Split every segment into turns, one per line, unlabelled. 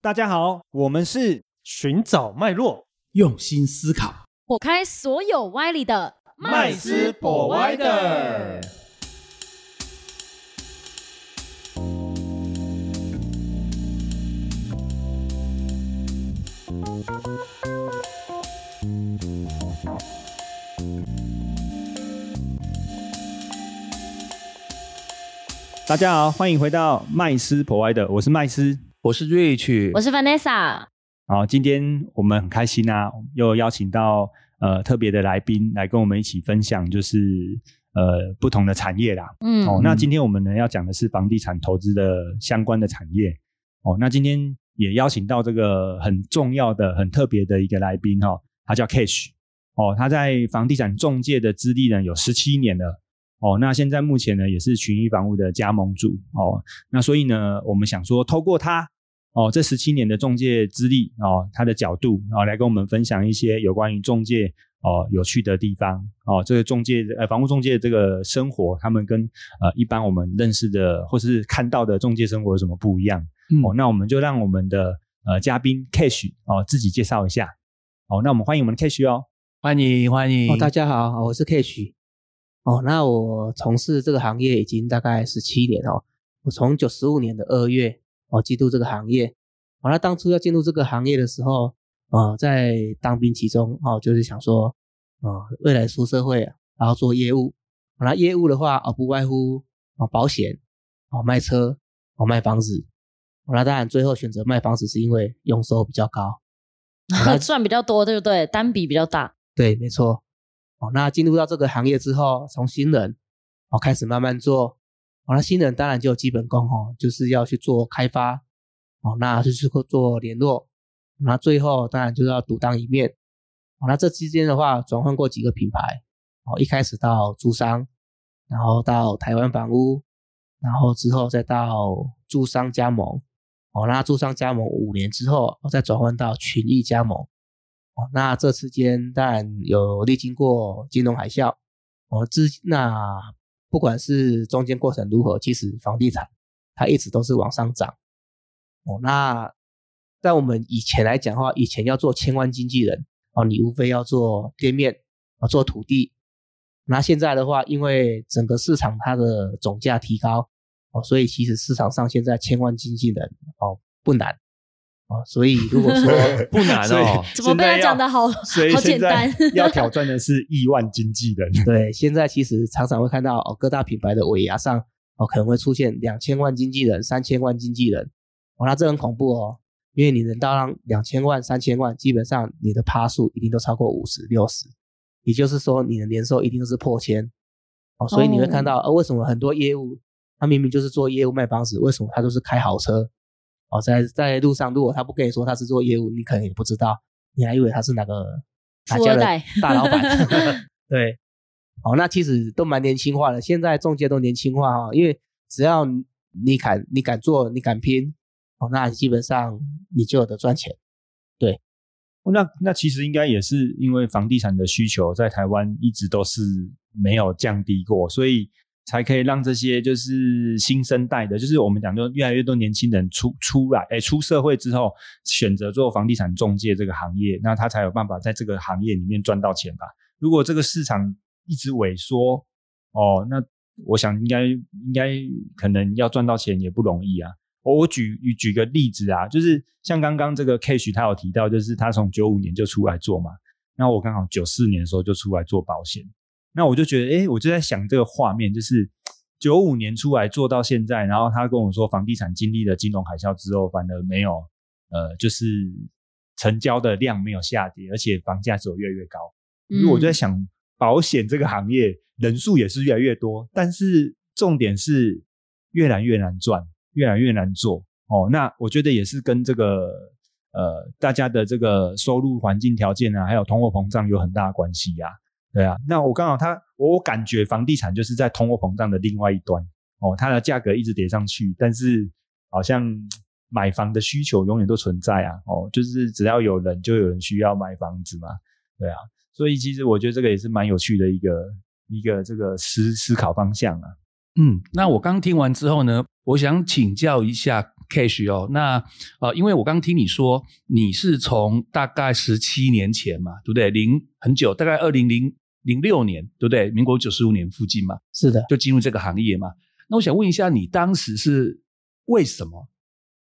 大家好，我们是
寻找脉络，
用心思考。
火开所有歪理的
麦斯博歪的。
大家好，欢迎回到麦斯 Provider，我是麦斯。
我是 Rich，
我是 Vanessa，
好，今天我们很开心啊，又邀请到呃特别的来宾来跟我们一起分享，就是呃不同的产业啦。
嗯，
哦，那今天我们呢要讲的是房地产投资的相关的产业。哦，那今天也邀请到这个很重要的、很特别的一个来宾哦，他叫 Cash。哦，他在房地产中介的资历呢有十七年了。哦，那现在目前呢也是群益房屋的加盟主。哦，那所以呢，我们想说透过他。哦，这十七年的中介资历哦，他的角度哦，来跟我们分享一些有关于中介哦有趣的地方哦，这个中介呃房屋中介这个生活，他们跟呃一般我们认识的或是看到的中介生活有什么不一样？
嗯
哦，那我们就让我们的呃嘉宾 Cash 哦自己介绍一下。哦，那我们欢迎我们的 Cash 哦。
欢迎欢迎。
哦，大家好，我是 Cash。哦，那我从事这个行业已经大概十七年哦。我从九十五年的二月哦进入这个行业。哦，那当初要进入这个行业的时候，哦，在当兵其中哦，就是想说，哦，未来出社会啊，然后做业务。哦那业务的话，哦，不外乎哦保险，哦卖车，哦卖房子。哦，那当然最后选择卖房子是因为佣收比较高。哦
赚比较多，对不对？单笔比较大，
对，没错。哦，那进入到这个行业之后，从新人哦开始慢慢做。哦，那新人当然就有基本功哦，就是要去做开发。哦，那就是做联络。那最后当然就是要独当一面。哦，那这之间的话，转换过几个品牌。哦，一开始到租商，然后到台湾房屋，然后之后再到住商加盟。哦，那住商加盟五年之后，哦再转换到群益加盟。哦，那这期间当然有历经过金融海啸，哦，之那不管是中间过程如何，其实房地产它一直都是往上涨。哦，那在我们以前来讲的话，以前要做千万经纪人，哦，你无非要做店面，哦，做土地。那现在的话，因为整个市场它的总价提高，哦，所以其实市场上现在千万经纪人哦不难，哦，所以如果说
不 难
所以
哦，
怎么被他讲的好
所以
好
现
简
在
单
要挑战的是亿万经纪人。
对，现在其实常常会看到哦，各大品牌的尾牙上哦，可能会出现两千万经纪人、三千万经纪人，哦，那这很恐怖哦，因为你能到让两千万、三千万，基本上你的趴数一定都超过五十、六十，也就是说你的年收一定都是破千，哦，所以你会看到、呃，为什么很多业务他明明就是做业务卖房子，为什么他都是开豪车？哦，在在路上，如果他不跟你说他是做业务，你可能也不知道，你还以为他是哪个哪
富
家
二
的
代
大老 板。 对，哦，那其实都蛮年轻化的，现在中介都年轻化哦，因为只要你敢你敢做，你敢拼，哦，那基本上你就有的赚钱。
那那其实应该也是因为房地产的需求在台湾一直都是没有降低过，所以才可以让这些就是新生代的，就是我们讲说越来越多年轻人出出来，哎，出社会之后选择做房地产中介这个行业，那他才有办法在这个行业里面赚到钱吧。如果这个市场一直萎缩，哦，那我想应该应该可能要赚到钱也不容易啊。我我举举个例子啊，就是像刚刚这个 Cash 他有提到，就是他从九五年就出来做嘛，那我刚好九四年的时候就出来做保险，那我就觉得，哎，我就在想这个画面，就是九五年出来做到现在，然后他跟我说房地产经历了金融海啸之后，反而没有呃，就是成交的量没有下跌，而且房价只有越来越高。因为我就在想，保险这个行业人数也是越来越多，但是重点是越来越难赚，越来越难做。哦，那我觉得也是跟这个呃大家的这个收入环境条件啊，还有通货膨胀有很大的关系呀、对啊，那我刚好它我我感觉房地产就是在通货膨胀的另外一端哦，它的价格一直跌上去，但是好像嗯买房的需求永远都存在啊。哦，就是只要有人就有人需要买房子嘛，对啊。所以其实我觉得这个也是蛮有趣的一个一个这个思思考方向啊。
嗯，那我刚听完之后呢，我想请教一下 Cash 哦。那呃，因为我刚听你说你是从大概十七年前嘛，对不对？零很久，大概二零零零六年，对不对？民国九十五年附近嘛，
是的，
就进入这个行业嘛。那我想问一下，你当时是为什么？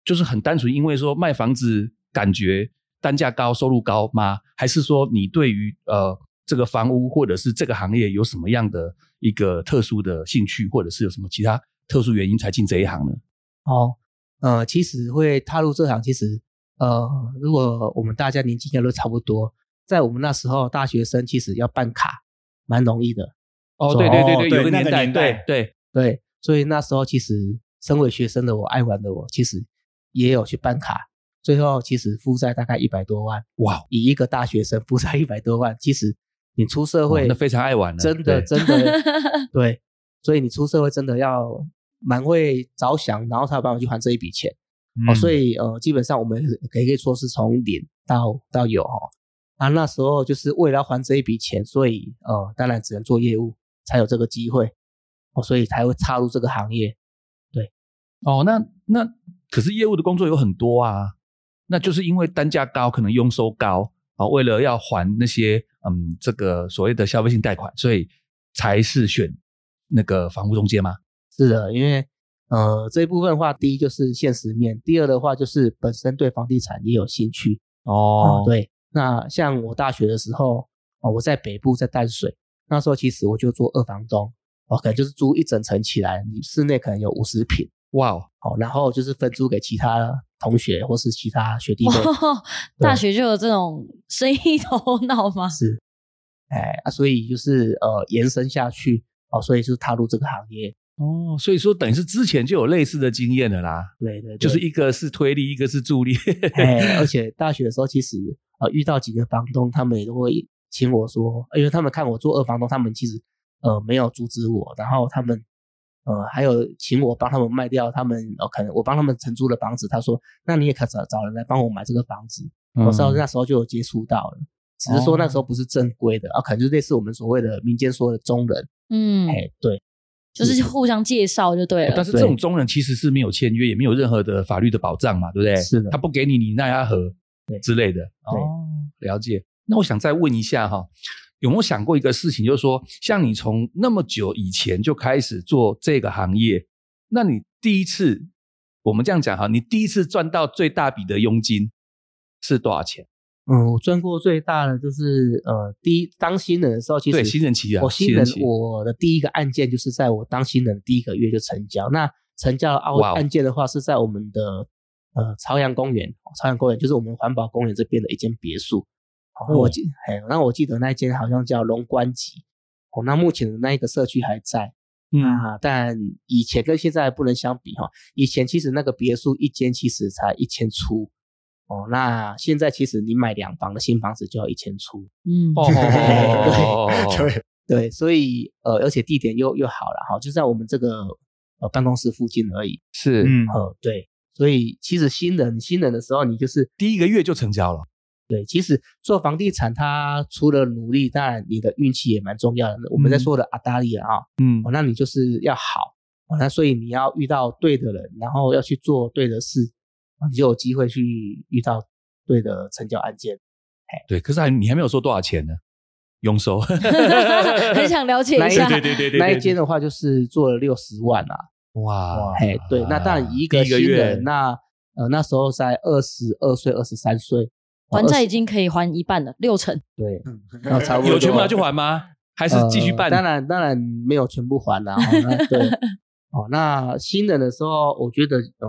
就是很单纯，因为说卖房子感觉单价高、收入高吗？还是说你对于呃这个房屋或者是这个行业有什么样的一个特殊的兴趣，或者是有什么其他特殊原因才进这一行呢？
哦，呃，其实会踏入这行，其实呃，如果我们大家年纪应该都差不多，在我们那时候大学生其实要办卡蛮容易的，
哦，
对
对
对对对
对对对，有个
那个
年代，
年代
对对，
对，所以那时候其实身为学生的我，爱玩的我，其实也有去办卡，最后其实负债大概一百多万，
哇，哦
以一个大学生负债一百多万，其实你出社
哦
会
那非常爱玩了，
真的
对
真的对，所以你出社会真的要蛮会着想，然后才有办法去还这一笔钱。哦，所
以
以呃，基本上我们可以可以说是从零到到有哦。啊，那时候就是为了要还这一笔钱，所以呃，当然只能做业务才有这个机会哦，所以才会踏入这个行业。
哦，那那可是业务的工作有很多啊，那就是因为单价高，可能佣收高啊，为了要还那些嗯这个所谓的消费性贷款，所以才是选那个房屋中介吗？
是的，因为呃这一部分的话，第一就是现实面，第二的话就是本身对房地产也有兴趣，哦，
对，
对，那像我大学的时候，哦，我在北部，在淡水，那时候其实我就做二房东，哦，可能就是租一整层起来，你室内可能有五十平，
哇哦，
哦，然后就是分租给其他同学或是其他学弟妹，
哇， 大学就有这种生意头脑吗？
是，哎啊，所以就是呃延伸下去，哦，所以就是踏入这个行业，
哦，所以说等于是之前就有类似的经验了啦，
对对对，
就是一个是推力，一个是助力，
哎，而且大学的时候，其实呃遇到几个房东，他们也都会请我说，因为他们看我做二房东，他们其实呃没有阻止我，然后他们呃还有请我帮他们卖掉他们呃可能我帮他们承租的房子，他说那你也可找找人来帮我买这个房子，我
嗯
知道那时候就有接触到了，只是说那时候不是正规的啊，可能就类似我们所谓的民间说的中人，
嗯，
哎，对，
就是互相介绍就对
哎
哦
了
但。是这种中人其实是没有签约，也没有任何的法律的保障嘛，对不对？
是的
他不给你，你奈他何
对
之类的。
对
哦，了解。那我想再问一下哈，有没有想过一个事情，就是说，像你从那么久以前就开始做这个行业，那你第一次，我们这样讲哈，你第一次赚到最大笔的佣金是多少钱？
嗯，我赚过最大的就是呃第一当新人的时候，其实
对，新人期啊，
我新人
期，
我的第一个案件就是在我当新人第一个月就成交。那成交的
哇
案
哦
案件的话，是在我们的呃朝阳公园，朝阳公园就是我们环保公园这边的一间别墅。哦那我记，哎，那我记得那一间好像叫龙观集。哦，那目前的那一个社区还在
嗯，
啊，但以前跟现在不能相比哈、哦以前其实那个别墅一间其实才一千出，哦，那现在其实你买两房的新房子就要一千出，
嗯，
哦哦哦哦哦哦，
对对，所以呃，而且地点又又好了哈，就在我们这个呃办公室附近而已。
是，
嗯，
呃，对，所以其实新人新人的时候，你就是
第一个月就成交了，
对，其实做房地产，它除了努力，当然你的运气也蛮重要的。我
嗯
们在说的阿达利啊，
嗯
哦，那你就是要好哦，那所以你要遇到对的人，然后要去做对的事，啊你就有机会去遇到对的成交案件。
对，可是还你还没有说多少钱呢，佣收，
很想了解一下。
对对
那一间的话，就是做了六十万啊，
哇，
嘿，对，那当然以一个
第一个
新
月
人，那呃那时候才二十二岁、二十 三岁，
还债
20
已经可以还一半了，六成。
对，那差不多
有全部拿去还吗？还是继续办？
呃当然，当然没有全部还啦、哦 那对，哦，那新人的时候，我觉得嗯，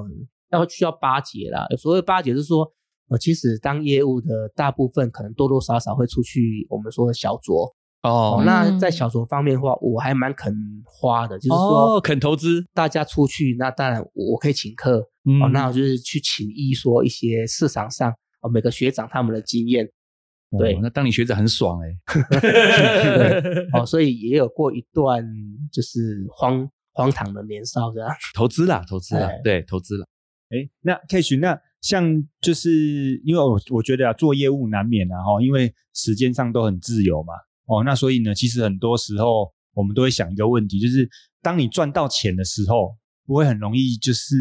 要需要巴结啦。所谓巴结是说，呃，其实当业务的大部分可能多多少少会出去我们说的小酌。哦
哦，
那
嗯
在小酌方面的话，我还蛮肯花的，就是说、
哦肯投资，
大家出去，那当然我我可以请客，
嗯
哦，那我就是去请益说一些市场上哦每个学长他们的经验对
哦那当你学长很爽哎，
哦，所以也有过一段就是荒荒唐的年少这样。
投资啦，投资啦
哎，
对，投资啦，
哎，那 Cash，那像就是因为我我觉得啊，做业务难免啊，哈，因为时间上都很自由嘛，哦，那所以呢，其实很多时候我们都会想一个问题，就是当你赚到钱的时候，不会很容易就是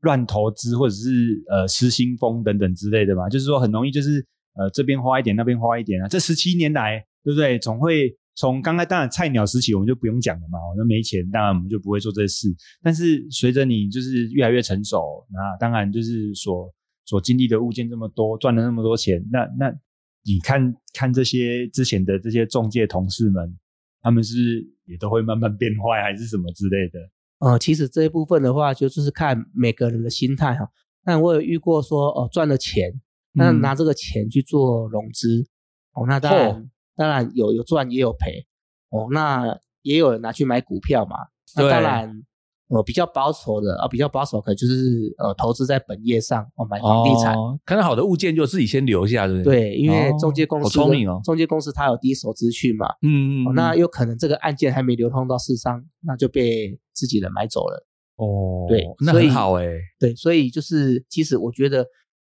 乱投资或者是呃失心疯等等之类的嘛，就是说很容易就是呃这边花一点，那边花一点啊。这十七年来，对不对？总会从刚才当然菜鸟时期我们就不用讲了嘛，我们没钱，当然我们就不会做这事。但是随着你就是越来越成熟，那当然就是所所经历的物件这么多，赚了那么多钱，那那你看看这些之前的这些中介同事们，他们是不是也都会慢慢变坏，还是什么之类的？
呃，其实这一部分的话，就就是看每个人的心态哈、那我有遇过说，哦，赚了钱，那
嗯
拿这个钱去做融资，哦，那当然、
哦
当然有有赚也有赔，哦，那也有人拿去买股票嘛。那
对
当然，呃，比较保守的啊、比较保守可能就是呃，投资在本业上，哦，买房地产。
哦，看到好的物件就自己先留下，对不对？对，
对，因为
哦
中介公
好
司的、
聪明哦
中介公司它有第一手资讯嘛，
嗯
哦，那有可能这个案件还没流通到市商，那就被自己人买走了。
哦，
对
那
所以
很好哎、
对，所以就是其实我觉得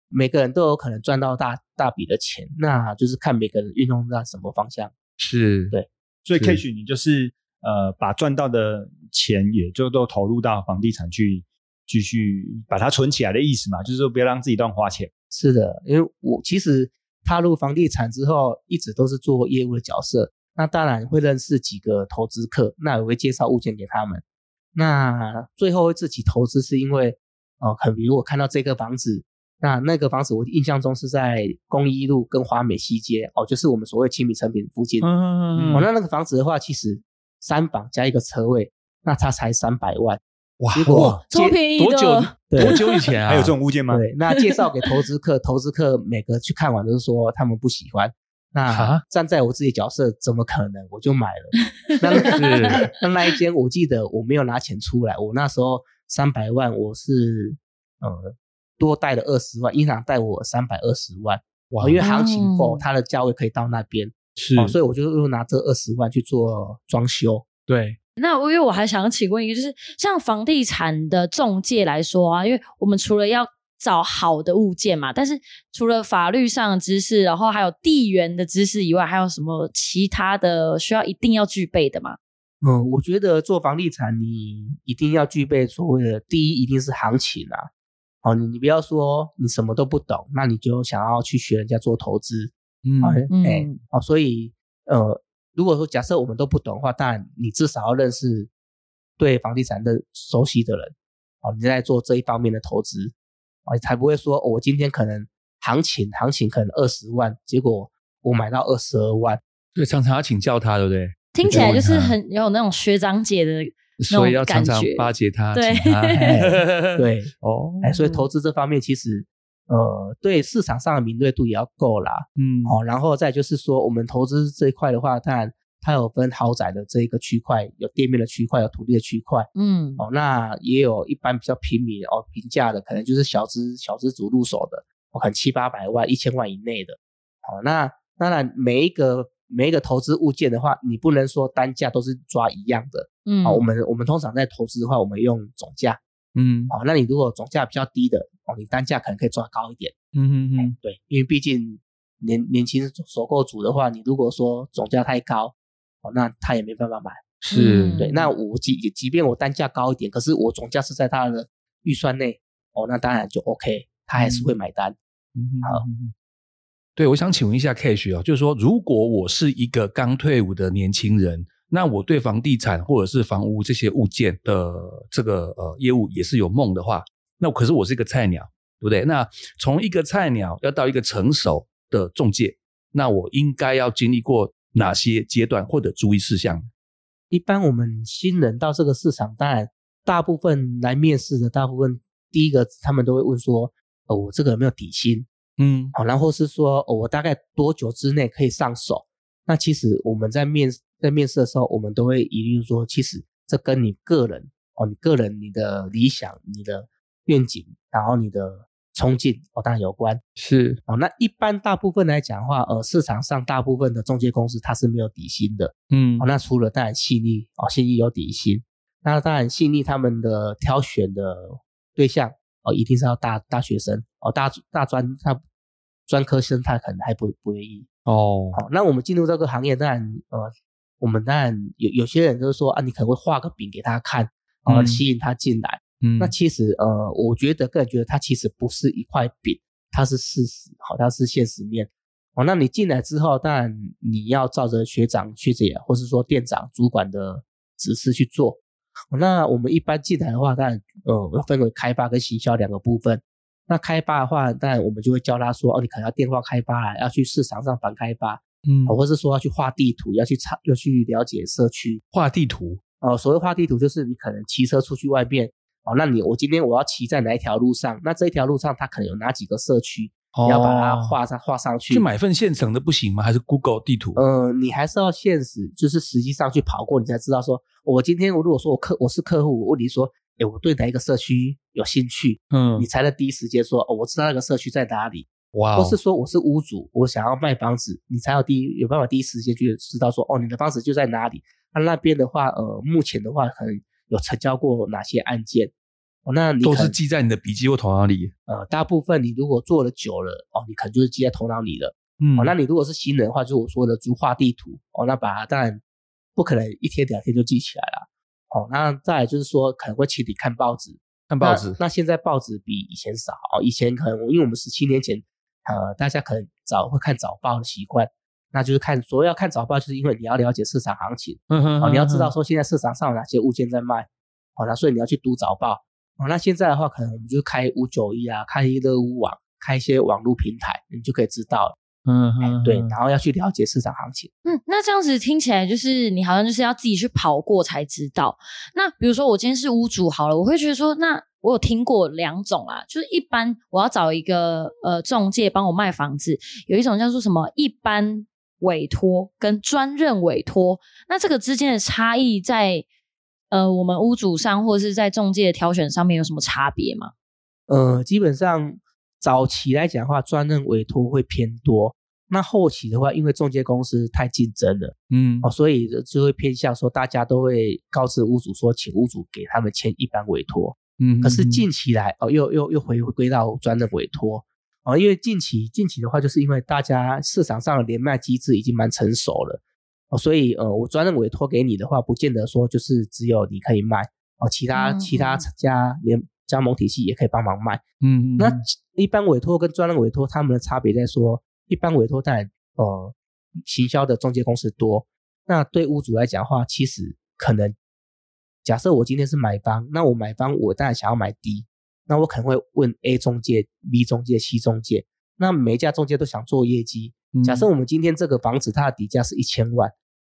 每个人都有可能赚到大大笔的钱，那就是看每个人运用在什么方向。
是，
对
所以
是
Cash 你就是呃把赚到的钱也就都投入到房地产去，继续把它存起来的意思嘛，就是说不要让自己乱花钱。
是的，因为我其实踏入房地产之后，一直都是做业务的角色，那当然会认识几个投资客，那也会介绍物件给他们。那最后会自己投资，是因为哦，呃可能如果看到这个房子，那那个房子我印象中是在公益路跟华美西街哦，就是我们所谓亲密成品附近。
嗯
哦，那那个房子的话，其实三房加一个车位，那它才三百万。
哇
结果哇
超便宜的
多久
对
多久以前 啊？
还有这种物件吗？
对，那介绍给投资 客，投资客每个去看完都是说他们不喜欢。那
啊
站在我自己角色，怎么可能我就 买了？那
是
那那一间，我记得我没有拿钱出来，我那时候三百万，我是呃多贷了二十万，银行贷我三百二十万，呃
哇
因为行情够，
哦
它的价位可以到那边，
是
哦，所以我就又拿这二十万去做装修。
对，
那我因为我还想请问一个，就是像房地产的中介来说啊，因为我们除了要找好的物件嘛，但是除了法律上的知识，然后还有地缘的知识以外，还有什么其他的需要一定要具备的吗？
嗯，我觉得做房地产，你一定要具备所谓的第一，一定是行情啊。哦，你你不要说你什么都不懂，那你就想要去学人家做投资，
嗯
好、嗯，哎、
嗯
哦，所以呃，如果说假设我们都不懂的话，当然你至少要认识对房地产的熟悉的人，哦，你在做这一方面的投资，哦，你才不会说、哦我今天可能行情行情可能二十万，结果我买到二十二万，
对，常常要请教他，对不对？
听起来就是
对啊
很有那种学长姐的那
所以
种
要
感
常
觉
常。巴结他，
对
请他
对，
哦，
哎，所以投资这方面其实，呃，对市场上的敏锐度也要够啦。
嗯
哦，然后再就是说，我们投资这一块的话，当然它有分豪宅的这一个区块，有店面的区块，有土地的区块。
嗯，
哦，那也有一般比较平民哦，平价的，可能就是小资小资族入手的，哦，可能七八百万、一千万以内的。哦，那当然每一个每一个投资物件的话，你不能说单价都是抓一样的。
嗯，
哦，我们我们通常在投资的话，我们用总价。
嗯
哦，那你如果总价比较低的，哦，你单价可能可以抓高一点，
嗯嗯嗯，
对，因为毕竟年年轻首购族的话，你如果说总价太高，哦，那他也没办法买，
是
嗯
对，那我即即便我单价高一点，可是我总价是在他的预算内，哦，那当然就 OK，他还是会买单，好
好。嗯对，我想请问一下 Cash 哦，就是说，如果我是一个刚退伍的年轻人，那我对房地产或者是房屋这些物件的这个呃业务也是有梦的话，那可是我是一个菜鸟，对不对？那从一个菜鸟要到一个成熟的中介，那我应该要经历过哪些阶段或者注意事项？
一般我们新人到这个市场，当然大部分来面试的，大部分第一个他们都会问说，呃，我这个有没有底薪？
嗯，
哦，然后是说、哦、我大概多久之内可以上手？那其实我们在面在面试的时候，我们都会一律说，其实这跟你个人哦，你个人你的理想、你的愿景，然后你的冲劲哦，当然有关
是
哦。那一般大部分来讲的话，呃，市场上大部分的中介公司它是没有底薪的
嗯
哦。那除了当然细腻哦，细腻有底薪，那当然细腻他们的挑选的对象哦，一定是要大大学生哦，大大专他专科生他可能还不不愿意。
哦，
好、那我们进入这个行业，当然呃，我们当然有有些人就是说啊，你可能会画个饼给他看，然后
嗯
吸引他进来。
嗯
那其实呃，我觉得个人觉得它其实不是一块饼，它是事实，好，它是现实面。哦，那你进来之后，当然你要照着学长、学姐，啊或是说店长、主管的指示去做。哦那我们一般进来的话，当然呃，要分为开发跟行销两个部分。那开发的话，当然我们就会教他说，哦，你可能要电话开发啦，要去市场上反开发，
嗯
哦或是说要去画地图，要去查，要去了解社区，
画地图，
哦，所谓画地图就是你可能骑车出去外面，哦，那你我今天我要骑在哪一条路上？那这一条路上它可能有哪几个社区，你要把它
哦
画上画上去。
去买份现成的不行吗？还是 Google 地图？
呃，你还是要现实，就是实际上去跑过，你才知道说，我今天我如果说我客我是客户，我问你说，哎，我对哪一个社区有兴趣，
嗯
你，才能第一时间说，哦，我知道那个社区在哪里，
哇
或
哦，
是说我是屋主，我想要卖房子，你才有第一有办法第一时间去知道说，哦，你的房子就在哪里。那那边的话，呃，目前的话可能有成交过哪些案件？哦，那你
都
可
是
能
记在你的笔记或头脑里。
呃，大部分你如果做了久了，哦，你可能就是记在头脑里了。
嗯
哦，那你如果是新人的话，就是我说的逐画地图哦，那把它当然不可能一天两天就记起来了。哦，那再来就是说可能会请你看报纸，
看
那哦
报纸，
那现在报纸比以前少，以前可能因为我们十七年前，呃，大家可能早会看早报的习惯，那就是看所谓要看早报，就是因为你要了解市场行情，
嗯哼
哦，你要知道
哼
说现在市场上有哪些物件在卖，哦，那所以你要去读早报。哦，那现在的话，可能我们就开五九一啊，开热屋网，开一些网络平台，你就可以知道了。
嗯
哎
哼，
对，
哼
然后要去了解市场行情。
嗯，那这样子听起来就是你好像就是要自己去跑过才知道。那比如说我今天是屋主好了，我会觉得说，那我有听过两种啦，就是一般我要找一个呃中介帮我卖房子，有一种叫做什么一般委托跟专任委托，那这个之间的差异在呃我们屋主上或是在中介的挑选上面有什么差别吗？
呃，基本上早期来讲的话，专任委托会偏多。那后期的话，因为中介公司太竞争了
嗯
哦，所以就会偏向说，大家都会告知屋主说，请屋主给他们签一般委托。
嗯，
可是
嗯
近期来哦，又又又回回归到专任委托哦，因为近期近期的话，就是因为大家市场上的连麦机制已经蛮成熟了哦，所以呃，我专任委托给你的话，不见得说就是只有你可以卖哦，其他其他
嗯
家联加盟体系也可以帮忙卖。
嗯，嗯
那
嗯
一般委托跟专任委托他们的差别在说，一般委托当然呃行销的中介公司多，那对屋主来讲的话，其实可能假设我今天是买方，那我买方我当然想要买低，那我可能会问 A 中介、B 中介、C 中介，那每一家中介都想做业绩。
嗯
假设我们今天这个房子它的底价是一千万，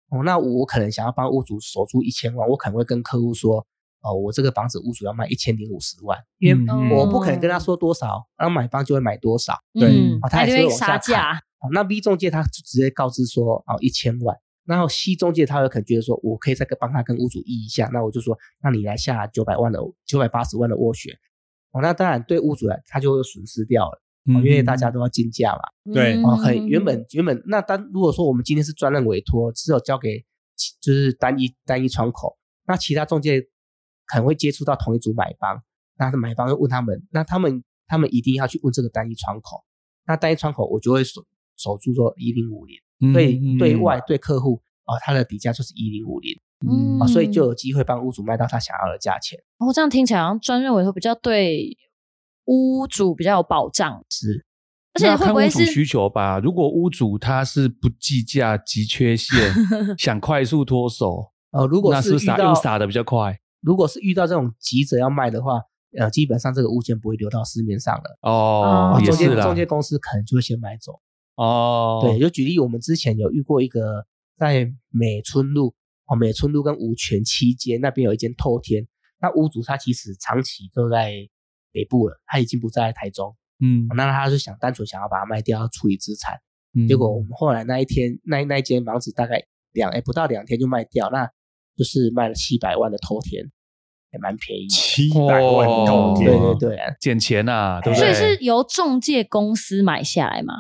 哦，那我可能想要帮屋主守住一千万，我可能会跟客户说，哦，我这个房子屋主要卖一千零五十万，因为
嗯
我不可能跟他说多少，然后买方就会买多少。
对
嗯
哦，他
他
还
就是
会
会
往下
杀价，
哦，那 B 中介他就直接告知说，哦，一千万。然后 C 中介他有可能觉得说，我可以再跟帮他跟屋主议一下，那我就说，那你来下九百万的九百八十万的斡旋。哦，那当然对屋主来他就会损失掉了，
嗯
哦、因为大家都要竞价嘛。
对
嗯
哦，可以，原本原本那单如果说我们今天是专任委托，只有交给其就是单一单一窗口，那其他中介可能会接触到同一组买方，那买方会问他们，那他们他们一定要去问这个单一窗口，那单一窗口我就会守守住说一零五零，
嗯
对
嗯
对
嗯
外对客户哦，他的底价就是一零五零
嗯
啊，所以就有机会帮屋主卖到他想要的价钱。
哦，这样听起来好像专任委托比较对屋主比较有保障，
是，
而且
那
会
看
不
屋
会
主需
是
求吧？如果屋主他是不计价、急缺 陷，想快速脱手，
呃，如果
那是
是
不
遇
是撒
到
用撒的比较快
如果是遇到这种急着要卖的话，呃，基本上这个物件不会流到市面上了。
哦
哦，
也
啊中
是
介
啦
中，介公司可能就会先买走。
哦，
对，，就举例，我们之前有遇过一个在美村路哦，美村路跟吴泉期间那边有一间透天，那屋主他其实长期都在北部了，他已经不在台中，
嗯，
那他就想单纯想要把它卖掉，要处理资产。
嗯
结果我们后来那一天那那一间房子大概两哎不到两天就卖掉，那就是卖了七百万的透天，也蛮便宜的。
七百万
哦
透
对
天，
对对，
捡钱呐，对不
所以
对？
是由中介公司买下来嘛？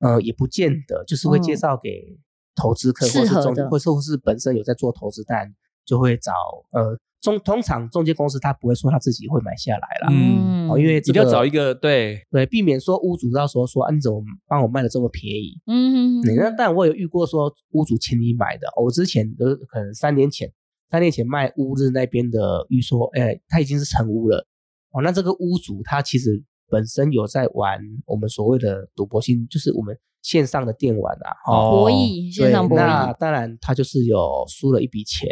呃，也不见得，就是会
哦
介
嗯
绍给投资客，或
适
是
合
中
的，
或是或是本身有在做投资，但就会找呃中通常中介公司他不会说他自己会买下来啦，
嗯
哦，因为
一
这
定要
个
找一个对，
对，避免说屋主到时候说啊你怎么帮我卖的这么便宜？
嗯，
对那但我有遇过说屋主请你买的，我之前呃都可能三年前三年前卖乌日那边的预售，哎，他已经是成屋了，哦，那这个屋主他其实本身有在玩我们所谓的赌博性，就是我们线上的电玩啊，哦，
博弈线
对，
上博
那
弈，
当然他就是有输了一笔钱，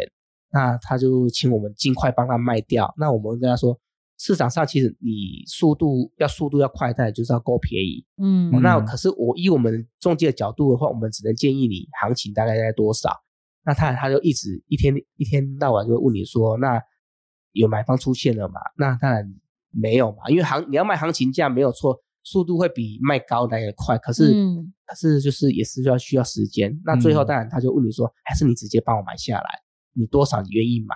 那他就请我们尽快帮他卖掉。那我们跟他说，市场上其实你速度要速度要快，但就是要够便宜。
嗯
哦
嗯
那可是我以我们中介的角度的话，我们只能建议你行情大概在多少。那他他就一直一天一天到晚就会问你说，那有买方出现了嘛？那当然没有嘛，因为行你要卖行情价没有错，速度会比卖高来的快，可是、
嗯
可是就是也是要需要时间。那最后
嗯
当然他就问你说，还是你直接帮我买下来，你多少你愿意买？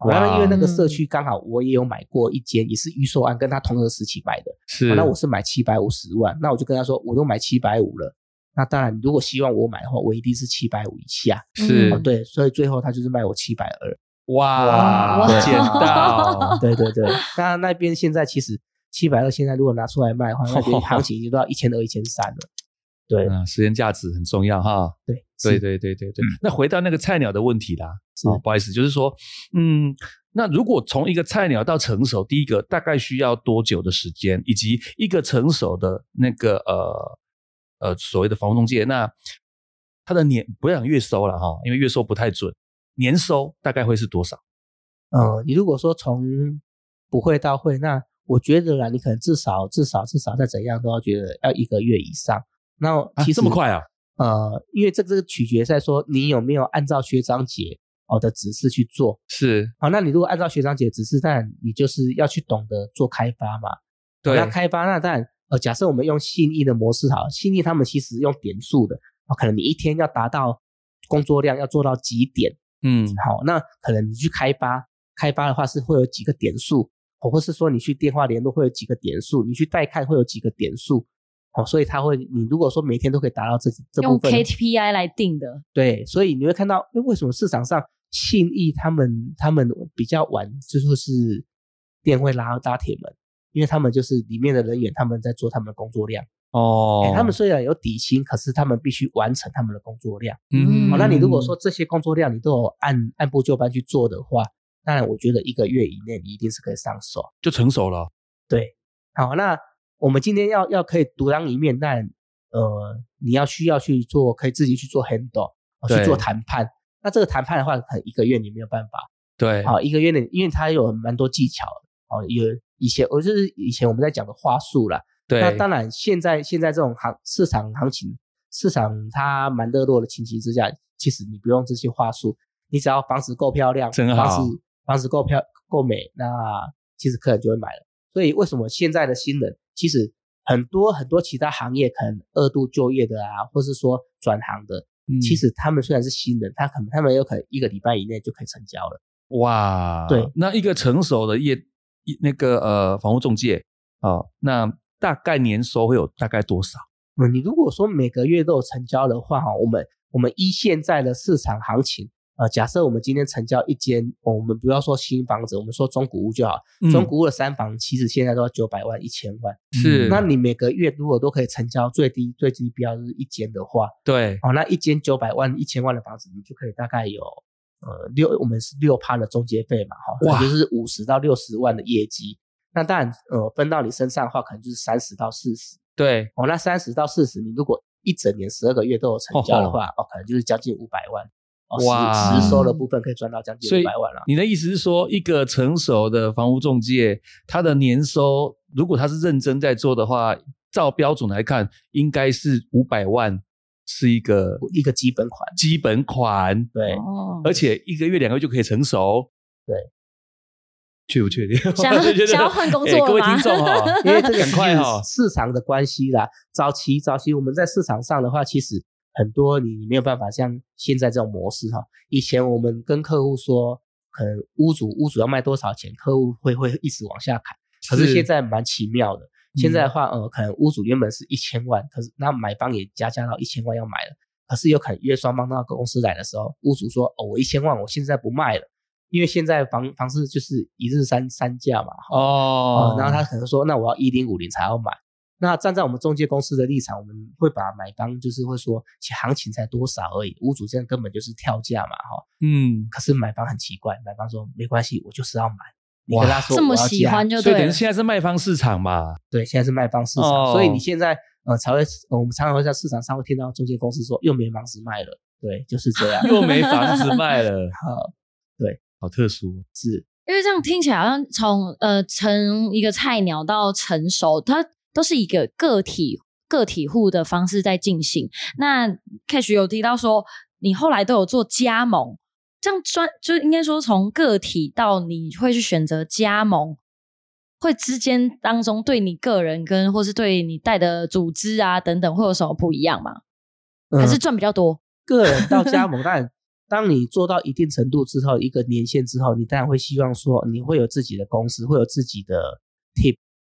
哦
哇
那因为那个社
嗯
区刚好我也有买过一间，也是预售案，跟他同个时期买的。
是，
哦那我是买七百五十万，那我就跟他说，我都买七百五了。那当然，如果希望我买的话，我一定是七百五以下。
嗯
是
哦，对，所以最后他就是卖我七百二。
哇，
哇
捡 到，
对对 对，那那边现在其实七百二，现在如果拿出来卖的话，那 边行情已经到一千二、一千三了。对
嗯，时间价值很重要哈。
对
对
是
对对对对。那回到那个菜鸟的问题啦，
是
哦，不好意思，嗯就是说，嗯，那如果从一个菜鸟到成熟，第一个大概需要多久的时间，以及一个成熟的那个呃呃所谓的房屋中介，那他的年不要讲月收了哈，因为月收不太准，年收大概会是多少？
呃，你如果说从不会到会，那我觉得啦，你可能至少至少至少再怎样都要觉得要一个月以上。那
啊
其实、
这么快啊？
呃，因为这这个取决在说你有没有按照学长姐哦的指示去做。
是
好，那你如果按照学长姐指示，当然你就是要去懂得做开发嘛。
对
那开发那当然，呃，假设我们用信义的模式好了，信义他们其实用点数的，哦，可能你一天要达到工作量要做到几点，
嗯
好，那可能你去开发，开发的话是会有几个点数，哦，或是说你去电话联络会有几个点数，你去带看会有几个点数，哦，所以他会，你如果说每天都可以达到这这部
用
分的话
KPI 来定的，
对，所以你会看到，诶为什么市场上信义他们他们比较晚，就说是店会拉拉铁门，因为他们就是里面的人员他们在做他们的工作量、
哦
诶，他们虽然有底薪，可是他们必须完成他们的工作量。
嗯
好、那你如果说这些工作量你都有按按部就班去做的话，当然我觉得一个月以内你一定是可以上手。
就成熟了，
好，那我们今天要要可以独当一面，但呃，你要需要去做，可以自己去做 handle，、哦、
对
去做谈判。那这个谈判的话，可能一个月你没有办法。
对，
好、一个月内，因为它有蛮多技巧的。哦，有以前我就是以前我们在讲的话术啦。
对，
那当然，现在现在这种行市场行情，市场它蛮热络的情形之下，其实你不用这些话术，你只要房子够漂亮，
真好
房子房子够漂够美，那其实客人就会买了。所以为什么现在的新人，其实很多很多其他行业可能二度就业的啊，或是说转行的，
嗯
其实他们虽然是新人，他可能他们有可能一个礼拜以内就可以成交了。
哇，
对，
那一个成熟的业一那个呃房屋中介啊、哦那大概年收会有大概多少？
嗯，你如果说每个月都有成交的话，哈，我们我们依现在的市场行情，呃，假设我们今天成交一间，哦我们不要说新房子，我们说中古屋就好，
嗯
中古屋的三房其实现在都要九百万、一千万，
是
嗯那你每个月如果都可以成交最低最低标就是一间的话，
对
哦，那一间九百万、一千万的房子，你就可以大概有。呃，六我们是六趴的中介费嘛，哈，
哇
也就是五十到六十万的业绩。那当然，呃，分到你身上的话，可能就是三十到四十。
对
哦，那三十到四十，你如果一整年十二个月都有成交的话，哦，可能就是将近五百万。哦，
哇
实实收的部分可以赚到将近
所以
五百万了。
你的意思是说，一个成熟的房屋中介，他的年收如果他是认真在做的话，照标准来看，应该是五百万是一个
一个基本款，
基本款，
对，
哦，
而且一个月两个月就可以成熟。
对，
确不确定？
想要想要换工作
哎
了
各位
吗
听众哦
因为这个
赶快哦
是市场的关系啦。早期早期我们在市场上的话，其实很多你没有办法像现在这种模式哈。以前我们跟客户说，可能屋主屋主要卖多少钱，客户会会一直往下砍。可是
是
现在蛮奇妙的，现在的话，呃，可能屋主原本是一千万，可是那买方也加价到一千万要买了，可是有可能约双方到公司来的时候，屋主说，哦，我一千万，我现在不卖了，因为现在房房市就是一日三三价嘛，哈
哦
哦，，然后他可能说，那我要一零五零才要买。那站在我们中介公司的立场，我们会把买方就是会说，其实行情才多少而已，屋主这样根本就是跳价嘛，哈、
嗯，
可是买方很奇怪，买方说没关系，我就是要买。你跟他说
这么
我要
喜
加
欢就
所以等
对
于
了。
现在是卖方市场嘛，
对，现在是卖方市场，
哦。
所以你现在呃才会、呃我们常常会在市场上会听到中介公司说又没房子卖了，对，就是 这样
又没房子卖了，
好，
好特殊。哦
是
因为这样听起来好像从呃从一个菜鸟到成熟，它都是一个个体个体户的方式在进行。那 Cash 有提到说，你后来都有做加盟，这样专就应该说从个体到你会去选择加盟，会之间当中对你个人跟或是对你带的组织啊等等会有什么不一样吗？还是
嗯
赚比较多？
个人到加盟，但当你做到一定程度之后，一个年限之后，你当然会希望说你会有自己的公司，会有自己的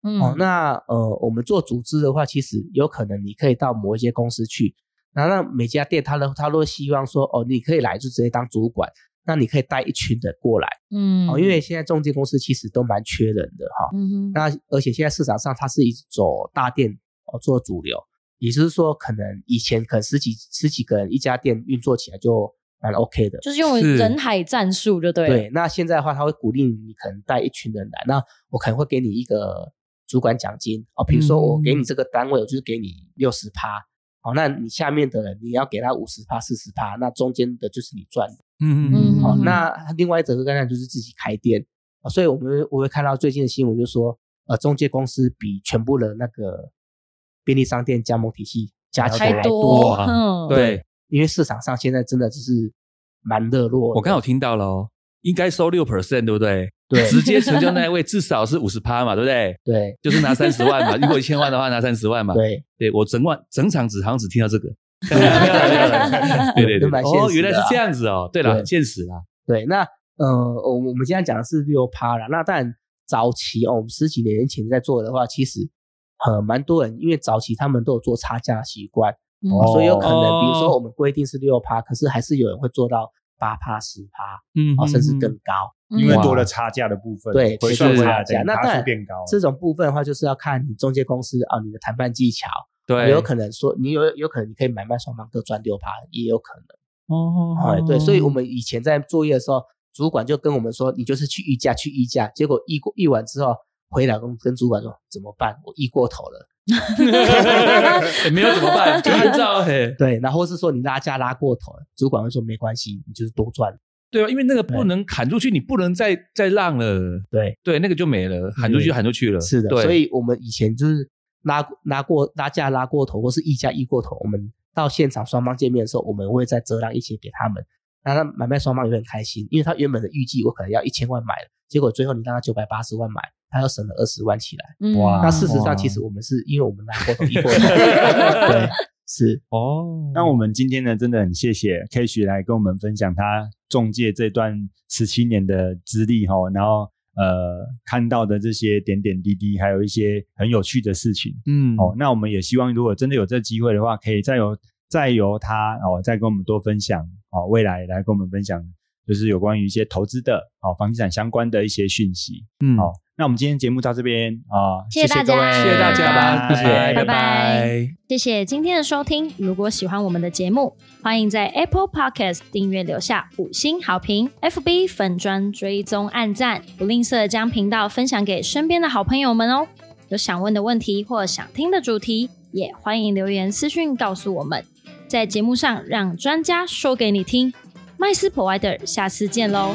嗯，
哦，那呃，我们做组织的话，其实有可能你可以到某一些公司去，那那每家店他都他都会希望说，哦，你可以来就直接当主管，那你可以带一群人过来
嗯
哦，因为现在中介公司其实都蛮缺人的哈、
嗯哼
那而且现在市场上它是一直走大店哦做主流，也就是说，可能以前可能十几十几个人一家店运作起来就蛮 OK 的，
就是用
是
人海战术就对了。
对，那现在的话，他会鼓励你可能带一群人来，那我可能会给你一个主管奖金哦，比如说我
嗯
给你这个单位，我就是给你六十趴，哦，那你下面的人你要给他五十趴、四十趴，那中间的就是你赚的。
嗯
嗯
哦
嗯，
那另外一个概念就是自己开店，哦、所以我们我会看到最近的新闻就说，呃，中介公司比全部的那个便利商店加盟体系加起来
还
还
多，
啊
嗯，
对，
因为市场上现在真的就是蛮热络的。
我刚好听到了哦，应该收六 percent，对不对？
对
直接成交那一位至少是五十趴嘛，对不对？
对
就是拿三十万 嘛，如果一千万的话拿三十万嘛。
对
对，我整晚整场只好像只听到这个。没有啦没有啦没有啦对对
都
对，
蛮现实的啊
哦，原来是这样子哦，对了，
对
很现实啦。
对，那呃，我我们今天讲的是六趴啦。那但早期哦，我们十几年前在做的话，其实呃蛮多人，因为早期他们都有做差价的习惯，
嗯
哦所以有可能，
哦
比如说我们规定是六趴，可是还是有人会做到八趴、十趴，
嗯
哦，甚至
嗯
更高。
嗯
因为
哇
多了差价的部分，
对
回
是
算回来
差价
等于
那当
趴
然
数变高了，
这种部分的话，就是要看你中介公司啊，你的谈判技巧，
对，
也有可能说你有有可能你可以买卖双方各赚六趴，也有可能。
哦
哎，对，所以我们以前在作业的时候，主管就跟我们说，你就是去议价，去议价。结果议过议完之后，回来跟跟主管说怎么办？我议过头了。
也哎没有怎么办，就按照嘿，
对，然后是说你拉价拉过头了，主管会说没关系，你就是多赚。
对啊，因为那个不能砍出去，你不能再再让了。
对，
对，那个就没了，喊出去
对
喊出去了。
嗯是的，
对
所以我们以前就是拉拉过拉价拉过头，或是议价议过头，我们到现场双方见面的时候，我们会再折让一些给他们。那他买卖双方也会很开心，因为他原本的预计我可能要一千万买了，结果最后你让他九百八十万买，他又省了二十万起来。
哇
那事
嗯
实
啊哇
上，其实我们是因为我们拿过头 一过头，对，是
哦，
那我们今天呢，真的很谢谢 Kish 来跟我们分享他中介这段十七年的资历哈，然后呃看到的这些点点滴滴，还有一些很有趣的事情
嗯
哦。那我们也希望，如果真的有这机会的话，可以再由再由他哦，再跟我们多分享哦，未来来跟我们分享，就是有关于一些投资的哦，房地产相关的一些讯息。
嗯
好，那我们今天节目到这边啊，
谢谢大
各位
家
谢谢大
拜
家，
拜
谢谢，
拜拜
拜。
谢谢今天的收听。如果喜欢我们的节目，欢迎在 Apple Podcast 订阅留下五星好评，FB 粉砖追踪按赞，不吝啬将频道分享给身边的好朋友们哦。有想问的问题或想听的主题，也欢迎留言私讯告诉我们，在节目上让专家说给你听。麦斯 Provider，下次见喽，